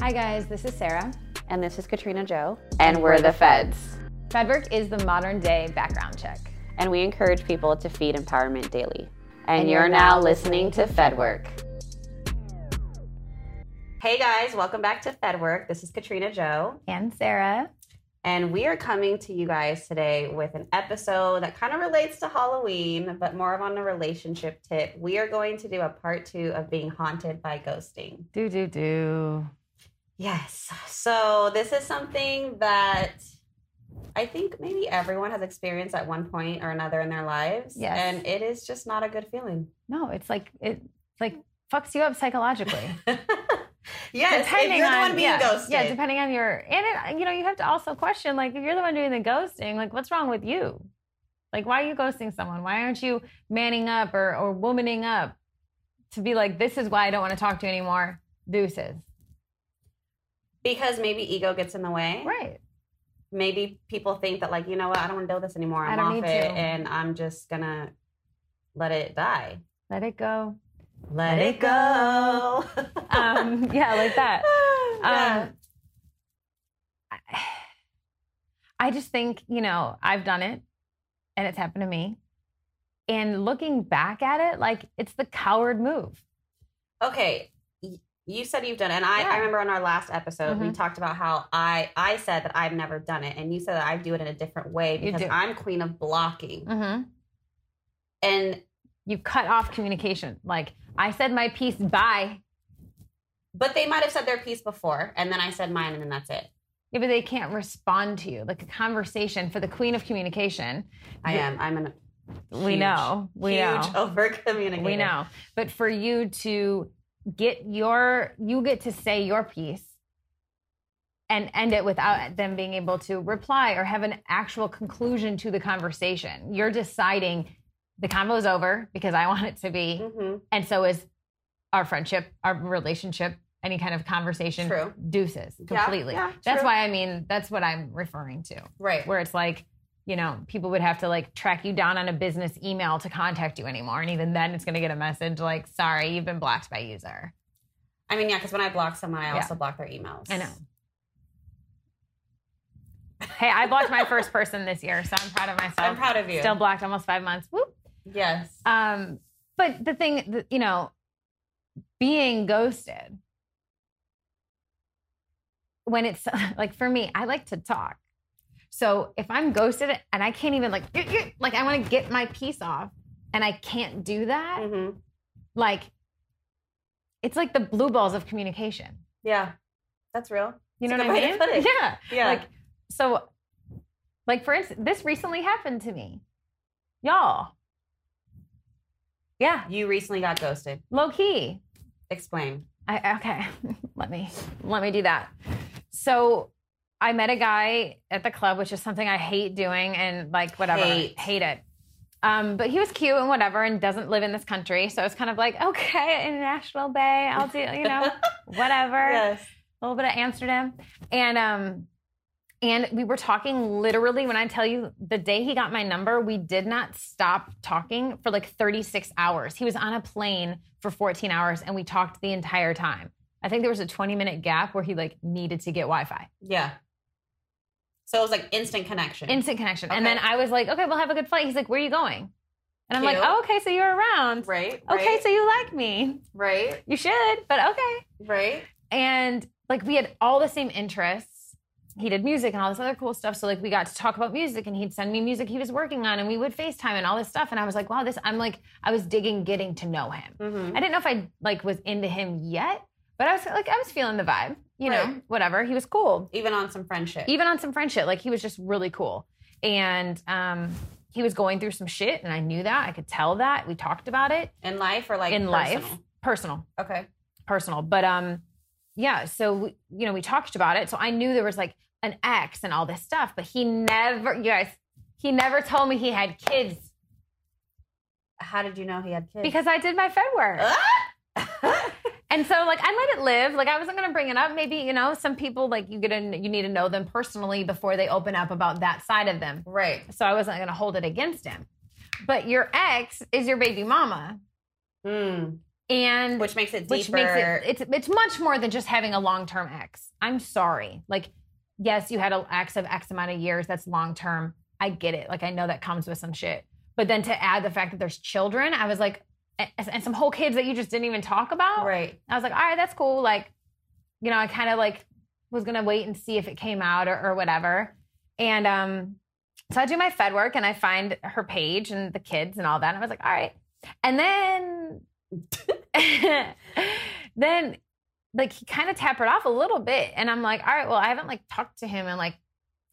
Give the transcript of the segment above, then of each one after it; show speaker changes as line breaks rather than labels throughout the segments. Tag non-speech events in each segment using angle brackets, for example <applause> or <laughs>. Hi guys, this is Sarah.
And this is Katrina Joe. And we're the Feds.
FedWork is the modern day background check.
And we encourage people to feed empowerment daily. And, you're now listening to FedWork. Hey guys, welcome back to FedWork. This is Katrina Joe.
And Sarah.
And we are coming to you guys today with an episode that kind of relates to Halloween, but more of on a relationship tip. We are going to do a part two of being haunted by ghosting.
Do, do, do.
Yes. So this is something that I think maybe everyone has experienced at one point or another in their lives.
Yes.
And it is just not a good feeling. <laughs>
No, it's like, it like fucks you up psychologically.
<laughs> yes. if you're the one being
yeah,
ghosted.
yeah, depending on your, and it, you know, you have to also question, like, if you're the one doing the ghosting, like, what's wrong with you? Like, why are you ghosting someone? Why aren't you manning up or, or womaning up to be like, this is why I don't want to talk to you anymore? Deuces.
because maybe ego gets in the way.
Right.
Maybe people think that like, you know what, I don't want to do this anymore.
I
I'm
don't
off
need
it
to.
and I'm just gonna let it die.
Let it go.
Let,
it
it go.
Um, <laughs> yeah, like that.
<laughs> Yeah.
Um, I- Um, <sighs> I just think, you know, I've done it and it's happened to me. And looking back at it, like it's the coward move.
okay y- you said you've done it and i,
Yeah.
I remember on our last episode we
Mhm.
talked about how i i said that i've never done it and you said that i do it in a different way
You
because
do.
i'm queen of blocking
Mm-hmm.
and
You cut off communication. Like I said my piece, bye.
but they might have said their piece before and then i said mine and then that's it
Yeah, but they can't respond to you. Like a conversation for the queen of communication.
i am i'm an
We
huge,
know. We know.
huge over communicator
We know. But for you to get your, you get to say your piece and end it without them being able to reply or have an actual conclusion to the conversation. You're deciding the convo's over because I want it to be.
mm-hmm.
And so is our friendship, our relationship, any kind of conversation.
True.
Deuces
Yeah,
completely.
yeah,
that's
true.
why I mean, that's what I'm referring to
right
where it's like you know people would have to like track you down on a business email to contact you anymore and even then it's going to get a message like sorry you've been blocked by user
i mean yeah because when i block someone i
Yeah.
also block their emails
i know hey i blocked my first person this year so i'm proud of myself
i'm proud of you
still blocked almost five months Whoop.
yes
um but the thing that you know being ghosted when it's <laughs> like for me i like to talk so if i'm ghosted and i can't even like like i want to get my piece off and i can't do that
mm-hmm.
like it's like the blue balls of communication
yeah that's real
you know
It's a
what i
good way
mean
to put it.
yeah
yeah
like so like for instance this recently happened to me y'all yeah
you recently got ghosted
low key
explain
I okay. <laughs> let me let me do that. So I met a guy at the club, which is something I hate doing and like whatever.
Hate.
it. Um, but he was cute and whatever and doesn't live in this country. So it's kind of like, okay, International Bay, I'll do, you know, whatever.
yes
A little bit of Amsterdam. And um and we were talking literally when I tell you the day he got my number, we did not stop talking for like 36 hours. He was on a plane for 14 hours and we talked the entire time. I think there was a 20 minute gap where he like needed to get Wi-Fi.
Yeah. So it was like instant connection.
Instant connection. And
Okay.
then I was like, "Okay, we'll have a good flight." He's like, "Where are you going?" And I'm like,
Cute.
"Oh, okay, so you're around."
right.
Okay,
right,
so you like me.
right,
You should, but okay.
right.
and like we had all the same interests. He did music and all this other cool stuff. So like we got to talk about music and he'd send me music he was working on and we would FaceTime and all this stuff. And I was like, wow, this I'm like, I was digging getting to know him.
Mm-hmm.
I didn't know if I like was into him yet, but I was like, I was feeling the vibe, you know,
Right.
whatever. He was cool.
Even on some friendship.
Even on some friendship, like he was just really cool. And um he was going through some shit and I knew that. I could tell that. We talked about it
in life or like
in life.
personal?
Personal
Okay.
personal but um yeah so we, you know we talked about it so i knew there was like an ex and all this stuff but he never you guys he never told me he had kids
How did you know he had kids?
because i did my fed work and so like i let it live like i wasn't going to bring it up maybe you know some people like you get in you need to know them personally before they open up about that side of them
right.
so i wasn't going to hold it against him but your ex is your baby mama
Mm.
and
which makes it deeper.
which makes it it's it's much more than just having a long term ex. I'm sorry. Like, yes, you had an ex of X amount of years. That's long term. I get it. Like, I know that comes with some shit. But then to add the fact that there's children, I was like, and, and some whole kids that you just didn't even talk about.
right.
I was like, all right, that's cool. Like, you know, I kind of like was gonna wait and see if it came out or, or whatever. And um, so I do my Fed work and I find her page and the kids and all that. And I was like, all right. And then, <laughs> then like he kind of tapered off a little bit. And I'm like, all right, well, I haven't like talked to him in like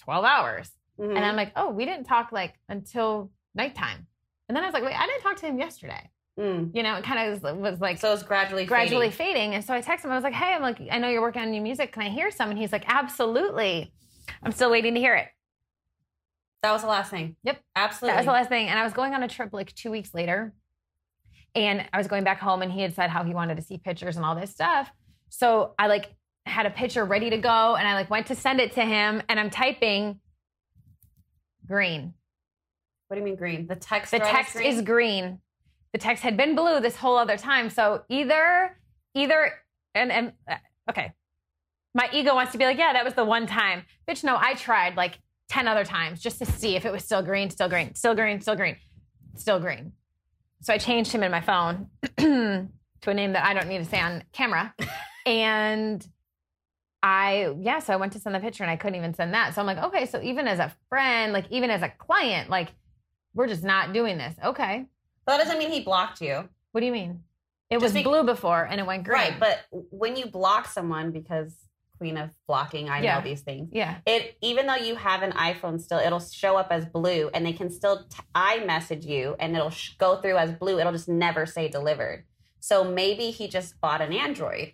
12 hours.
Mhm.
And I'm like, oh, we didn't talk like until nighttime. And then I was like, wait, I didn't talk to him yesterday.
Mm.
You know, it kind of was, was like,
So it's gradually
gradually
fading.
fading. And so I text him. I was like, "Hey, I'm like, I know you're working on new music. Can I hear some?" And he's like, "Absolutely." I'm still waiting to hear it.
That was the last thing.
Yep.
Absolutely.
That was the last thing. And I was going on a trip like two weeks later, and I was going back home, and he had said how he wanted to see pictures and all this stuff. So I like had a picture ready to go, and I like went to send it to him, and I'm typing green.
What do you mean green? The text.
The
thread
text
green?
is green. The text had been blue this whole other time. So either, either, and and uh, okay, my ego wants to be like, yeah, that was the one time, bitch. No, I tried like ten other times just to see if it was still green, still green, still green, still green, still green. So I changed him in my phone <clears throat> to a name that I don't need to say on
<laughs>
camera, and. I yeah, so I went to send the picture and I couldn't even send that. So I'm like, okay, so even as a friend, like even as a client, like we're just not doing this. Okay.
But that doesn't mean he blocked you,
What do you mean? It
Just
was
be-
blue before and it went green.
right? But when you block someone, because queen of blocking, I
Yeah.
know these things.
yeah.
It even though you have an iPhone, still it'll show up as blue, and they can still t- I message you, and it'll sh- go through as blue. It'll just never say delivered. So maybe he just bought an Android.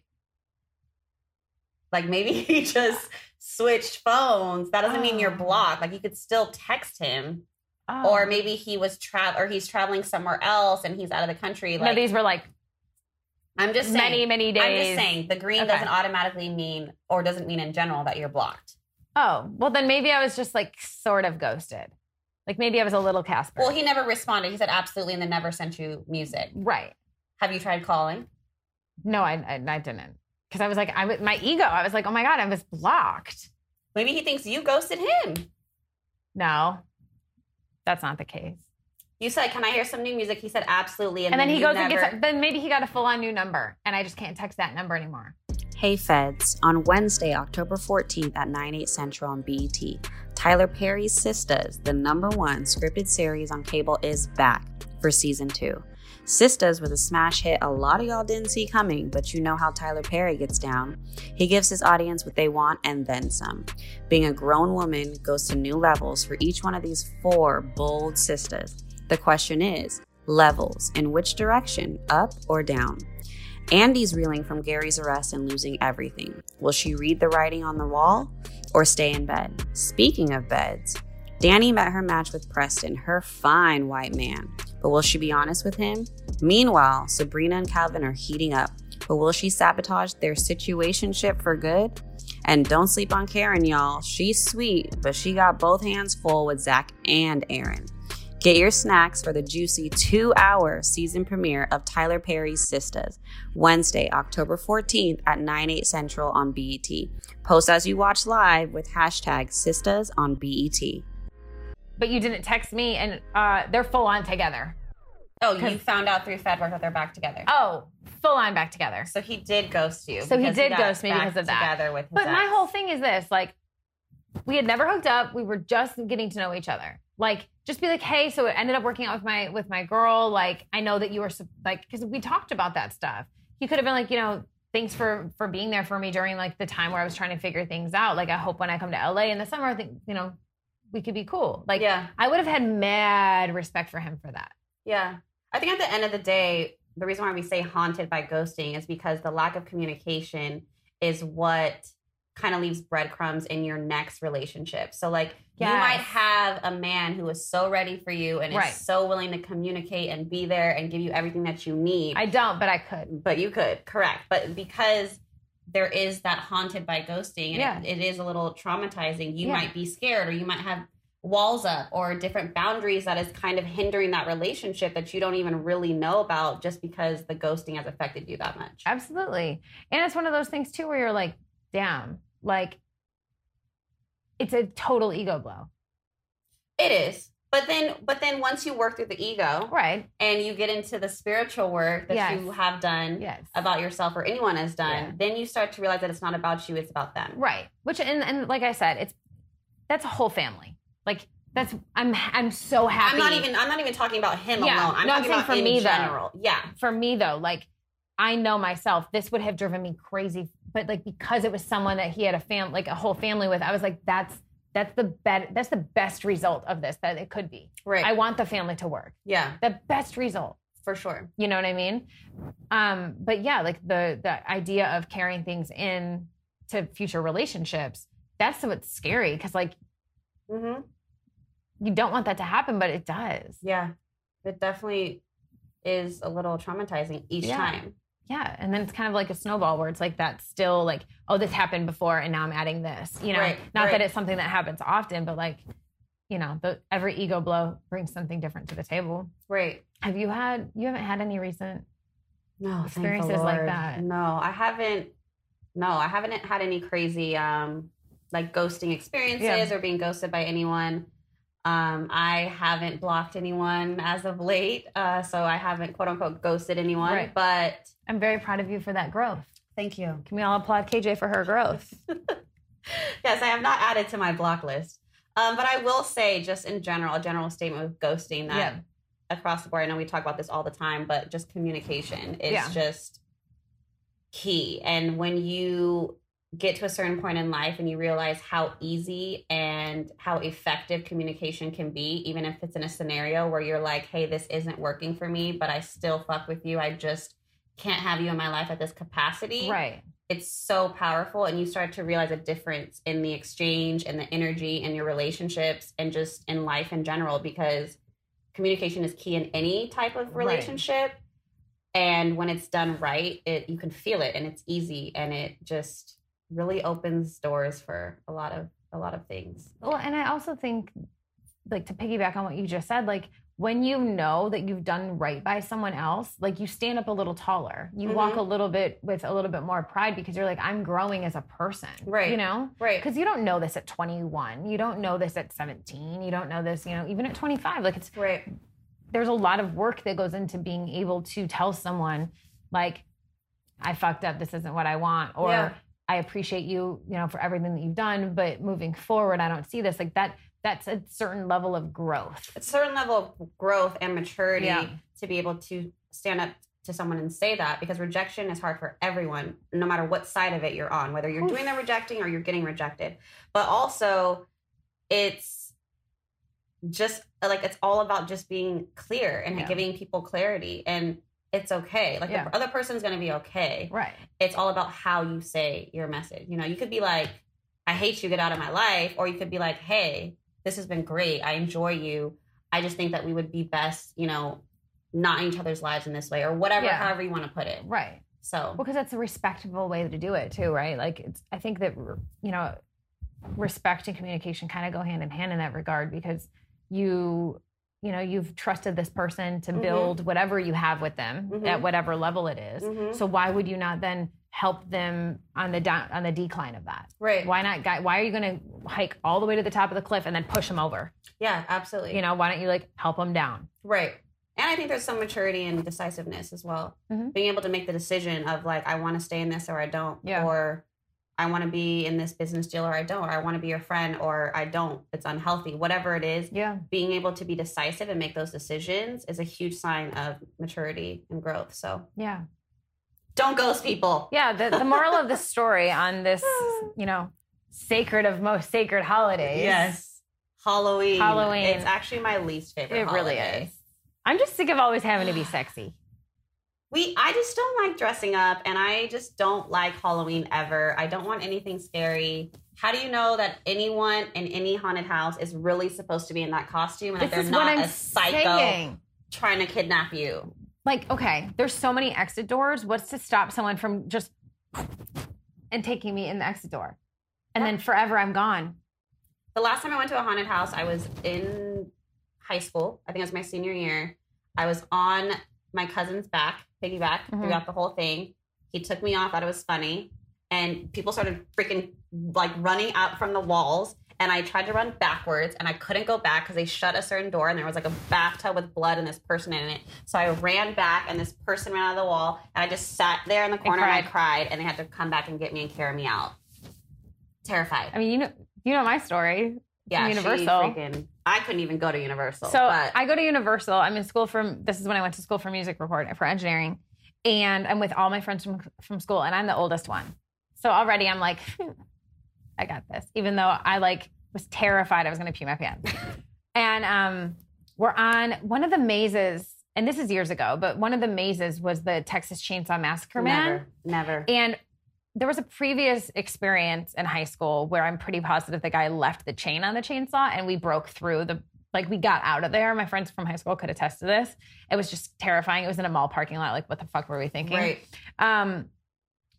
Like maybe <laughs> he just switched phones. That doesn't mean you're
Oh.
blocked. Like you could still text him,
Oh.
or maybe he was travel or he's traveling somewhere else and he's out of the country. Like
no, these were like
I'm just saying,
many, many days.
I'm just saying the green
Okay.
doesn't automatically mean or doesn't mean in general that you're blocked.
Oh, well then maybe I was just like sort of ghosted. Like maybe I was a little Casper.
Well, he never responded. He said absolutely and then never sent you music.
right.
Have you tried calling?
No, I I, I didn't. Because I was like, I was my ego. I was like, oh my god, I was blocked.
Maybe he thinks you ghosted him.
No, that's not the case.
You said, "Can I hear some new music?" He said, "Absolutely."
And, then, he
you
goes and
never-
gets. Then maybe he got a full on new number, and I just can't text that number anymore.
Hey Feds, on Wednesday, October 14th at 9, 8 central on BET, Tyler Perry's Sistas, the number one scripted series on cable, is back for season two. Sistas was a smash hit a lot of y'all didn't see coming, but you know how Tyler Perry gets down. He gives his audience what they want and then some. Being a grown woman goes to new levels for each one of these four bold sistas. The question is levels, in which direction, up or down? Andy's reeling from Gary's arrest and losing everything. Will she read the writing on the wall or stay in bed? Speaking of beds, Danny met her match with Preston, her fine white man. But will she be honest with him? Meanwhile, Sabrina and Calvin are heating up. But will she sabotage their situationship for good? And don't sleep on Karen, y'all. She's sweet, but she got both hands full with Zach and Aaron. Get your snacks for the juicy two hour season premiere of Tyler Perry's Sistas. Wednesday, October 14th at 9, 8 central on BET. Post as you watch live with hashtag Sistas on E BET.
But you didn't text me, and uh, they're full on together.
oh, you found out through FedWork that they're back together.
Oh, full on back together.
So he did ghost you.
So he
because
did
got
ghost me
back
because of that.
Together with his
But my
ex.
whole thing is this: like, we had never hooked up. We were just getting to know each other. Like, just be like, hey, so it ended up working out with my with my girl. Like, I know that you were sup- like, because we talked about that stuff. He could have been like, you know, thanks for for being there for me during like the time where I was trying to figure things out. Like, I hope when I come to LA in the summer, I think you know, we could be cool. Like,
yeah,
I would have had mad respect for him for that.
yeah. I think at the end of the day, the reason why we say haunted by ghosting is because the lack of communication is what kind of leaves breadcrumbs in your next relationship. So like you
Yes.
might have a man who is so ready for you and
Right.
is so willing to communicate and be there and give you everything that you need.
I don't, but I could.
but you could correct but because there is that haunted by ghosting and
Yeah.
it, it is a little traumatizing you
Yeah.
might be scared or you might have walls up or different boundaries that is kind of hindering that relationship that you don't even really know about just because the ghosting has affected you that much.
Absolutely. And it's one of those things too where you're like, damn, like it's a total ego blow.
It is. But then but then once you work through the ego
Right.
and you get into the spiritual work that
Yes.
you have done
Yes.
about yourself or anyone has done,
Yeah.
then you start to realize that it's not about you, it's about them.
Right. Which and and like I said, it's that's a whole family. Like that's I'm I'm so happy.
I'm not even I'm not even talking about him
Yeah.
alone. I'm
No, I'm
talking
saying
about
for
in
me, though.
general. Yeah.
for me though, like I know myself, this would have driven me crazy. But like because it was someone that he had a fam like a whole family with, I was like, that's that's the bet that's the best result of this that it could be.
Right.
I want the family to work.
yeah,
The best result.
for sure.
You know what I mean? Um, but yeah, like the the idea of carrying things in to future relationships, that's what's scary because like
Mm-hmm.
you don't want that to happen, but it does.
Yeah. It definitely is a little traumatizing each
Yeah.
time.
Yeah. And then it's kind of like a snowball where it's like that's still like, oh, this happened before and now I'm adding this. You know,
Right,
not that
right.
it's something that happens often, but like, you know, the, every ego blow brings something different to the table.
Right.
Have you had, you haven't had any recent,
No thank the
experiences like
Lord.
that.
No, I haven't. No, I haven't had any crazy um like ghosting experiences or being ghosted by anyone. Um, I haven't blocked anyone as of late, uh, so I haven't quote unquote ghosted anyone.
Right.
But
I'm very proud of you for that growth.
thank you.
Can we all applaud KJ for her
<laughs>
growth?
Yes, I have not added to my block list. Um, but I will say, just in general, a general statement with ghosting that
Yeah.
across the board. I know we talk about this all the time, but just communication is
Yeah.
just key. And when you get to a certain point in life and you realize how easy and how effective communication can be, even if it's in a scenario where you're like, hey, this isn't working for me, but I still fuck with you. I just can't have you in my life at this capacity
Right.
it's so powerful and you start to realize a difference in the exchange and the energy in your relationships and just in life in general because communication is key in any type of
Right.
relationship and when it's done right it you can feel it and it's easy and it just really opens doors for a lot of a lot of things
Well, and I also think, like, to piggyback on what you just said, like, when you know that you've done right by someone else, like, you stand up a little taller. You walk
Mhm.
a little bit with a little bit more pride because you're like, I'm growing as a person.
Right.
You know?
right
Because you don't know this at 21. You don't know this at 17. You don't know this, you know, even at 25. Like, it's,
right
there's a lot of work that goes into being able to tell someone, like, I fucked up. This isn't what I want. Or,
Yeah.
I appreciate you, you know, for everything that you've done, but moving forward, I don't see this like that. That's a certain level of growth.
a certain level of growth and maturity
Yeah.
to be able to stand up to someone and say that because rejection is hard for everyone, no matter what side of it you're on, whether you're
Oof.
doing the rejecting or you're getting rejected. But also, it's just like it's all about just being clear and
Yeah.
giving people clarity and it's okay like
Yeah.
the other person's gonna be okay
Right.
it's all about how you say your message. You know, you could be like, I hate you, get out of my life. Or you could be like, hey, this has been great. I enjoy you. I just think that we would be best, you know, not in each other's lives in this way or whatever,
Yeah.
however you want to put it.
Right.
So,
Because that's a respectable way to do it too, right? Like it's I think that you know, respect and communication kind of go hand in hand in that regard because you you know, you've trusted this person to
Mhm.
build whatever you have with them
Mhm.
at whatever level it is.
Mhm.
So why would you not then help them on the down on the decline of that?
right.
Why not? Guy, why are you going to hike all the way to the top of the cliff and then push him over?
Yeah, absolutely.
You know, why don't you like help him down?
Right. And I think there's some maturity and decisiveness as well.
Mhm.
Being able to make the decision of like, I want to stay in this or I don't,
Yeah.
or I want to be in this business deal or I don't, or I want to be your friend or I don't. It's unhealthy, whatever it is.
Yeah,
being able to be decisive and make those decisions is a huge sign of maturity and growth. So
yeah,
don't ghost people.
yeah. The, the moral of the story on <laughs> this, you know, sacred of most sacred holidays.
Halloween.
Halloween.
It's actually my least favorite.
it really
holiday.
is. I'm just sick of always having to be sexy.
We I just don't like dressing up and I just don't like Halloween ever. I don't want anything scary. How do you know that anyone in any haunted house is really supposed to be in that costume and that
This
they're
is
not
what I'm
a psycho
saying.
trying to kidnap you?
Like, okay, there's so many exit doors. What's to stop someone from just and taking me in the exit door, and then forever I'm gone?
The last time I went to a haunted house, I was in high school. I think it was my senior year. I was on my cousin's back, piggyback,
Mhm.
throughout the whole thing. He took me off, thought it was funny. And people started freaking like running out from the walls. And I tried to run backwards and I couldn't go back because they shut a certain door and there was like a bathtub with blood and this person in it. So I ran back and this person ran out of the wall and I just sat there in the corner and I
cried.
cried and they had to come back and get me and carry me out. Terrified.
I mean, you know, you know my story.
Yeah, she
Universal.
freaking- I couldn't even go to Universal.
So
but
I go to Universal. I'm in school from. This is when I went to school for music report for engineering, and I'm with all my friends from from school, and I'm the oldest one. So already I'm like, <laughs> I got this. Even though I like was terrified I was going to pee my pants, <laughs> and um, we're on one of the mazes, and this is years ago, but one of the mazes was the Texas Chainsaw Massacre man.
never, never.
And there was a previous experience in high school where I'm pretty positive the guy left the chain on the chainsaw and we broke through the like we got out of there. My friends from high school could attest to this. It was just terrifying. It was in a mall parking lot. Like, what the fuck were we thinking?
Right.
Um,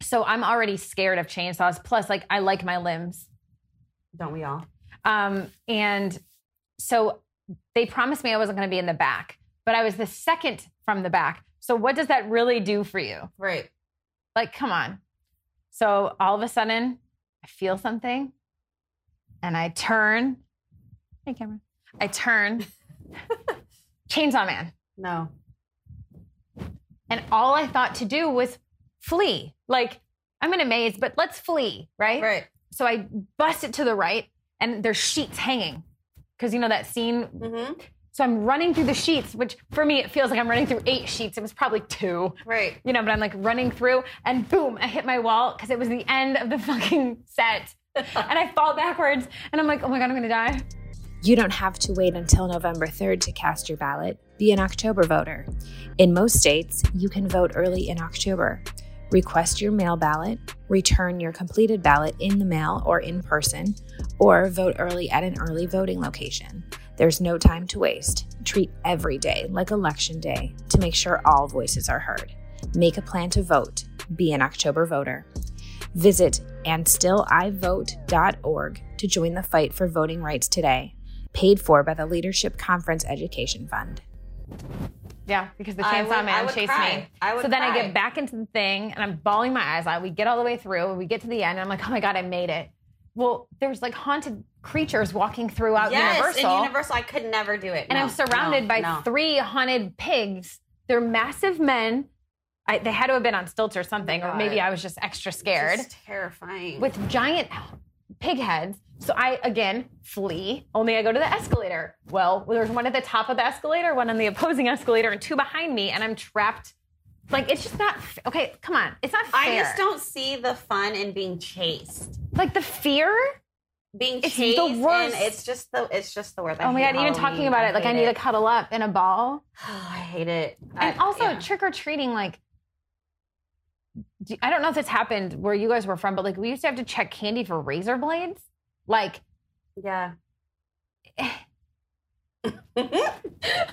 so I'm already scared of chainsaws. Plus, like I like my limbs.
Don't we all?
Um, and so they promised me I wasn't gonna be in the back, but I was the second from the back. So what does that really do for you?
Right.
Like, come on. So all of a sudden, I feel something and I turn. Hey, camera. I <laughs> turn. Chainsaw Man.
No.
And all I thought to do was flee. Like, I'm in a maze, but let's flee, right?
Right.
So I bust it to the right and there's sheets hanging. Because you know that scene
Mm-hmm.
so I'm running through the sheets, which for me it feels like I'm running through eight sheets. It was probably two.
Right.
You know, but I'm like running through and boom, I hit my wall because it was the end of the <laughs> fucking set. and I fall backwards and I'm like, oh my God, I'm gonna die.
You don't have to wait until November 3rd to cast your ballot. Be an October voter. In most states, you can vote early in October. Request your mail ballot, return your completed ballot in the mail or in person, or vote early at an early voting location. There's no time to waste. Treat every day like election day to make sure all voices are heard. Make a plan to vote. Be an October voter. Visit andstillIvote.org to join the fight for voting rights today paid for by the Leadership Conference Education Fund.
Yeah, because the
I
chainsaw
would- I
man
would
chased
cry.
me.
I would
so then I
cry.
get back into the thing and I'm bawling my eyes out. We get all the way through, we get to the end, and I'm like, oh my God, I made it. Well, there's like haunted creatures walking throughout
yes,
Universal.
in Universal, I could never do it.
and
No,
I'm surrounded
no,
by
no.
three haunted pigs. They're massive men. I, they had to have been on stilts or something, or
God.
maybe I was just extra scared
Just terrifying.
with giant pig heads. So I again flee. Only I go to the escalator. Well, there's one at the top of the escalator, one on the opposing <laughs> escalator, and two behind me, and I'm trapped. Like it's just not f- okay. Come on, it's not fair.
I just don't see the fun in being chased.
like the fear.
Being
It's the
chased, and
worst.
it's just the it's just the worst. I
oh my
hate
god, even talking
Halloween.
about it, like I
hate
need to
it.
cuddle up in a ball.
<sighs> I hate it.
And
I-
also
yeah.
trick or treating, like do- I don't know if this happened where you guys were from, but like we used to have to check candy for razor blades. Like, <sighs>
yeah. <laughs> I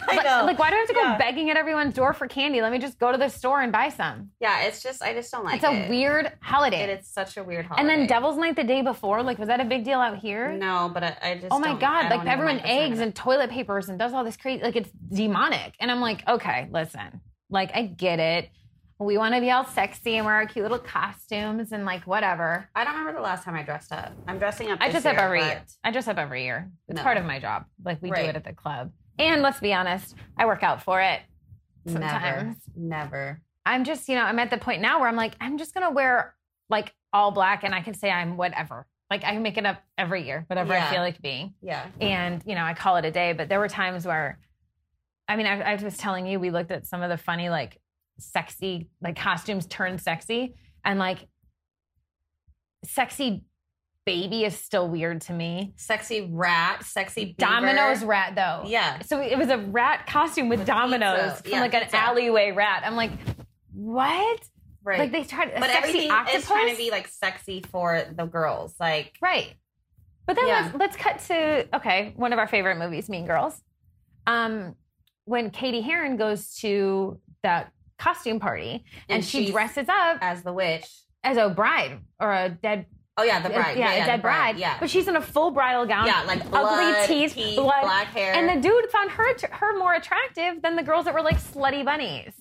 like,
know.
like, why do I have to go
Yeah.
begging at everyone's door for candy? Let me just go to the store and buy some.
yeah, it's just I just don't like
it's a
it.
weird holiday.
It is such a weird holiday.
and then Devil's Night the day before, like was that a big deal out here?
No, but I, I just.
oh my
don't- I
god,
don't
like
even
everyone
the sound
eggs
of it.
and toilet papers and does all this crazy like it's demonic. And I'm like, okay, listen. Like I get it. We want to be all sexy and wear our cute little costumes and like whatever.
I don't remember the last time I dressed up. I'm dressing up.
I
this
dress up
year,
every
but-
year. I dress up every year. It's
No.
part of my job. Like we do
Right.
it at the club. And let's be honest, I work out for it.
Never,
Sometimes.
never.
I'm just, you know, I'm at the point now where I'm like, I'm just gonna wear like all black and I can say I'm whatever. Like I make it up every year, whatever
Yeah.
I feel like being.
Yeah.
And, you know, I call it a day. But there were times where I mean, I, I was telling you, we looked at some of the funny, like sexy, like costumes turned sexy and like sexy baby is still weird to me.
Sexy rat, sexy beaver.
Domino's rat though.
Yeah.
So it was a rat costume with, dominoes
pizza.
from
Yeah,
like
pizza.
an alleyway rat. I'm like, what?
Right.
Like they tried a
but
sexy
everything
octopus.
is trying to be like sexy for the girls. Like
right. But then
Yeah.
let's let's cut to okay, one of our favorite movies, Mean Girls. Um, when Katie Heron goes to that costume party and,
And
she
she's-
dresses up
as the witch.
as a bride or a dead
Oh yeah, the bride.
yeah,
Yeah, yeah,
a
the
dead bride.
Yeah.
But she's in a full bridal gown.
Yeah, like blood,
ugly teeth,
teeth,
blood.
black hair.
And the dude found her att- her more attractive than the girls that were like slutty bunnies.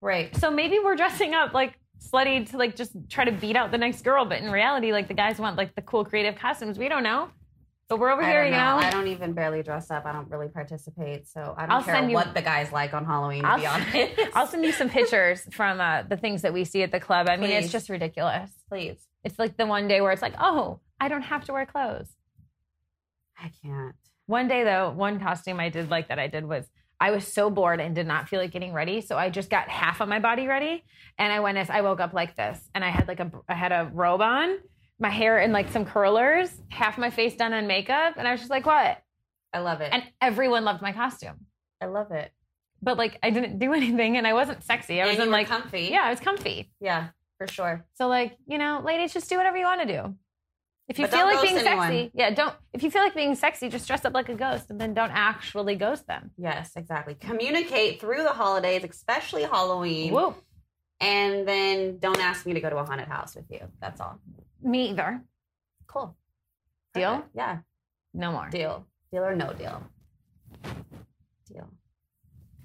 right.
So maybe we're dressing up like slutty to like just try to beat out the next girl, but in reality, like the guys want like the cool creative costumes. We don't know. But we're over
I
here,
don't
you
know.
know.
I don't even barely dress up. I don't really participate, so I don't
I'll
care
send you-
what the guys like on Halloween. To
I'll
be
s-
honest,
<laughs> I'll send you some pictures from uh, the things that we see at the club. I mean, it's
Please.
just ridiculous.
please.
It's like the one day where it's like, oh, I don't have to wear clothes.
I can't.
One day though, one costume I did like that I did was I was so bored and did not feel like getting ready, so I just got half of my body ready, and I went as I woke up like this, and I had like a I had a robe on, my hair in like some curlers, half my face done on makeup, and I was just like, what?
I love it.
And everyone loved my costume,
I love it.
but like I didn't do <laughs> anything, and I wasn't sexy. I
And
was
you
in
were
like
comfy.
yeah, I was comfy.
yeah, for sure.
So like you know, ladies, just do whatever you want to do. If you
But
feel
don't
like being
ghost anyone.
sexy, yeah, don't. If you feel like being sexy, just dress up like a ghost, and then don't actually ghost them.
Yes, exactly. Communicate through the holidays, especially Halloween,
Whoop.
and then don't ask me to go to a haunted house with you. That's all.
Me either.
Cool.
Deal?
Perfect. Yeah.
No more.
Deal. Deal or no deal. Deal.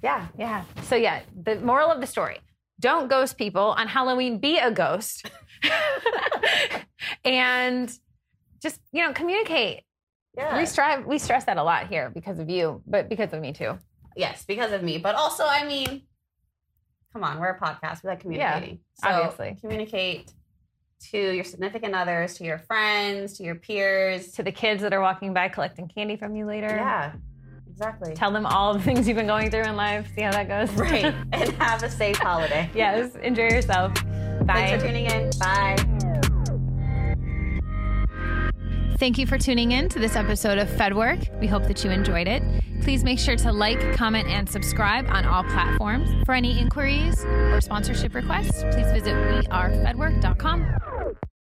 Yeah.
Ah, Yeah. So yeah, the moral of the story: don't ghost people on Halloween. Be a ghost, <laughs> and just you know communicate.
Yeah.
We strive. We stress that a lot here because of you, but because of me too.
yes, because of me. But also, I mean, come on, we're a podcast. We like communicating. so
obviously.
communicate to your significant others, to your friends, to your peers.
To the kids that are walking by collecting candy from you later.
Yeah, exactly.
Tell them all the things you've been going through in life. See how that goes.
Right. and have a safe holiday.
<laughs> yes. Enjoy yourself. <laughs> Bye.
Thanks for tuning in. Bye.
Thank you for tuning in to this episode of FedWork. We hope that you enjoyed it. Please make sure to like, comment, and subscribe on all platforms. For any inquiries or sponsorship requests, please visit wearefedwork.com.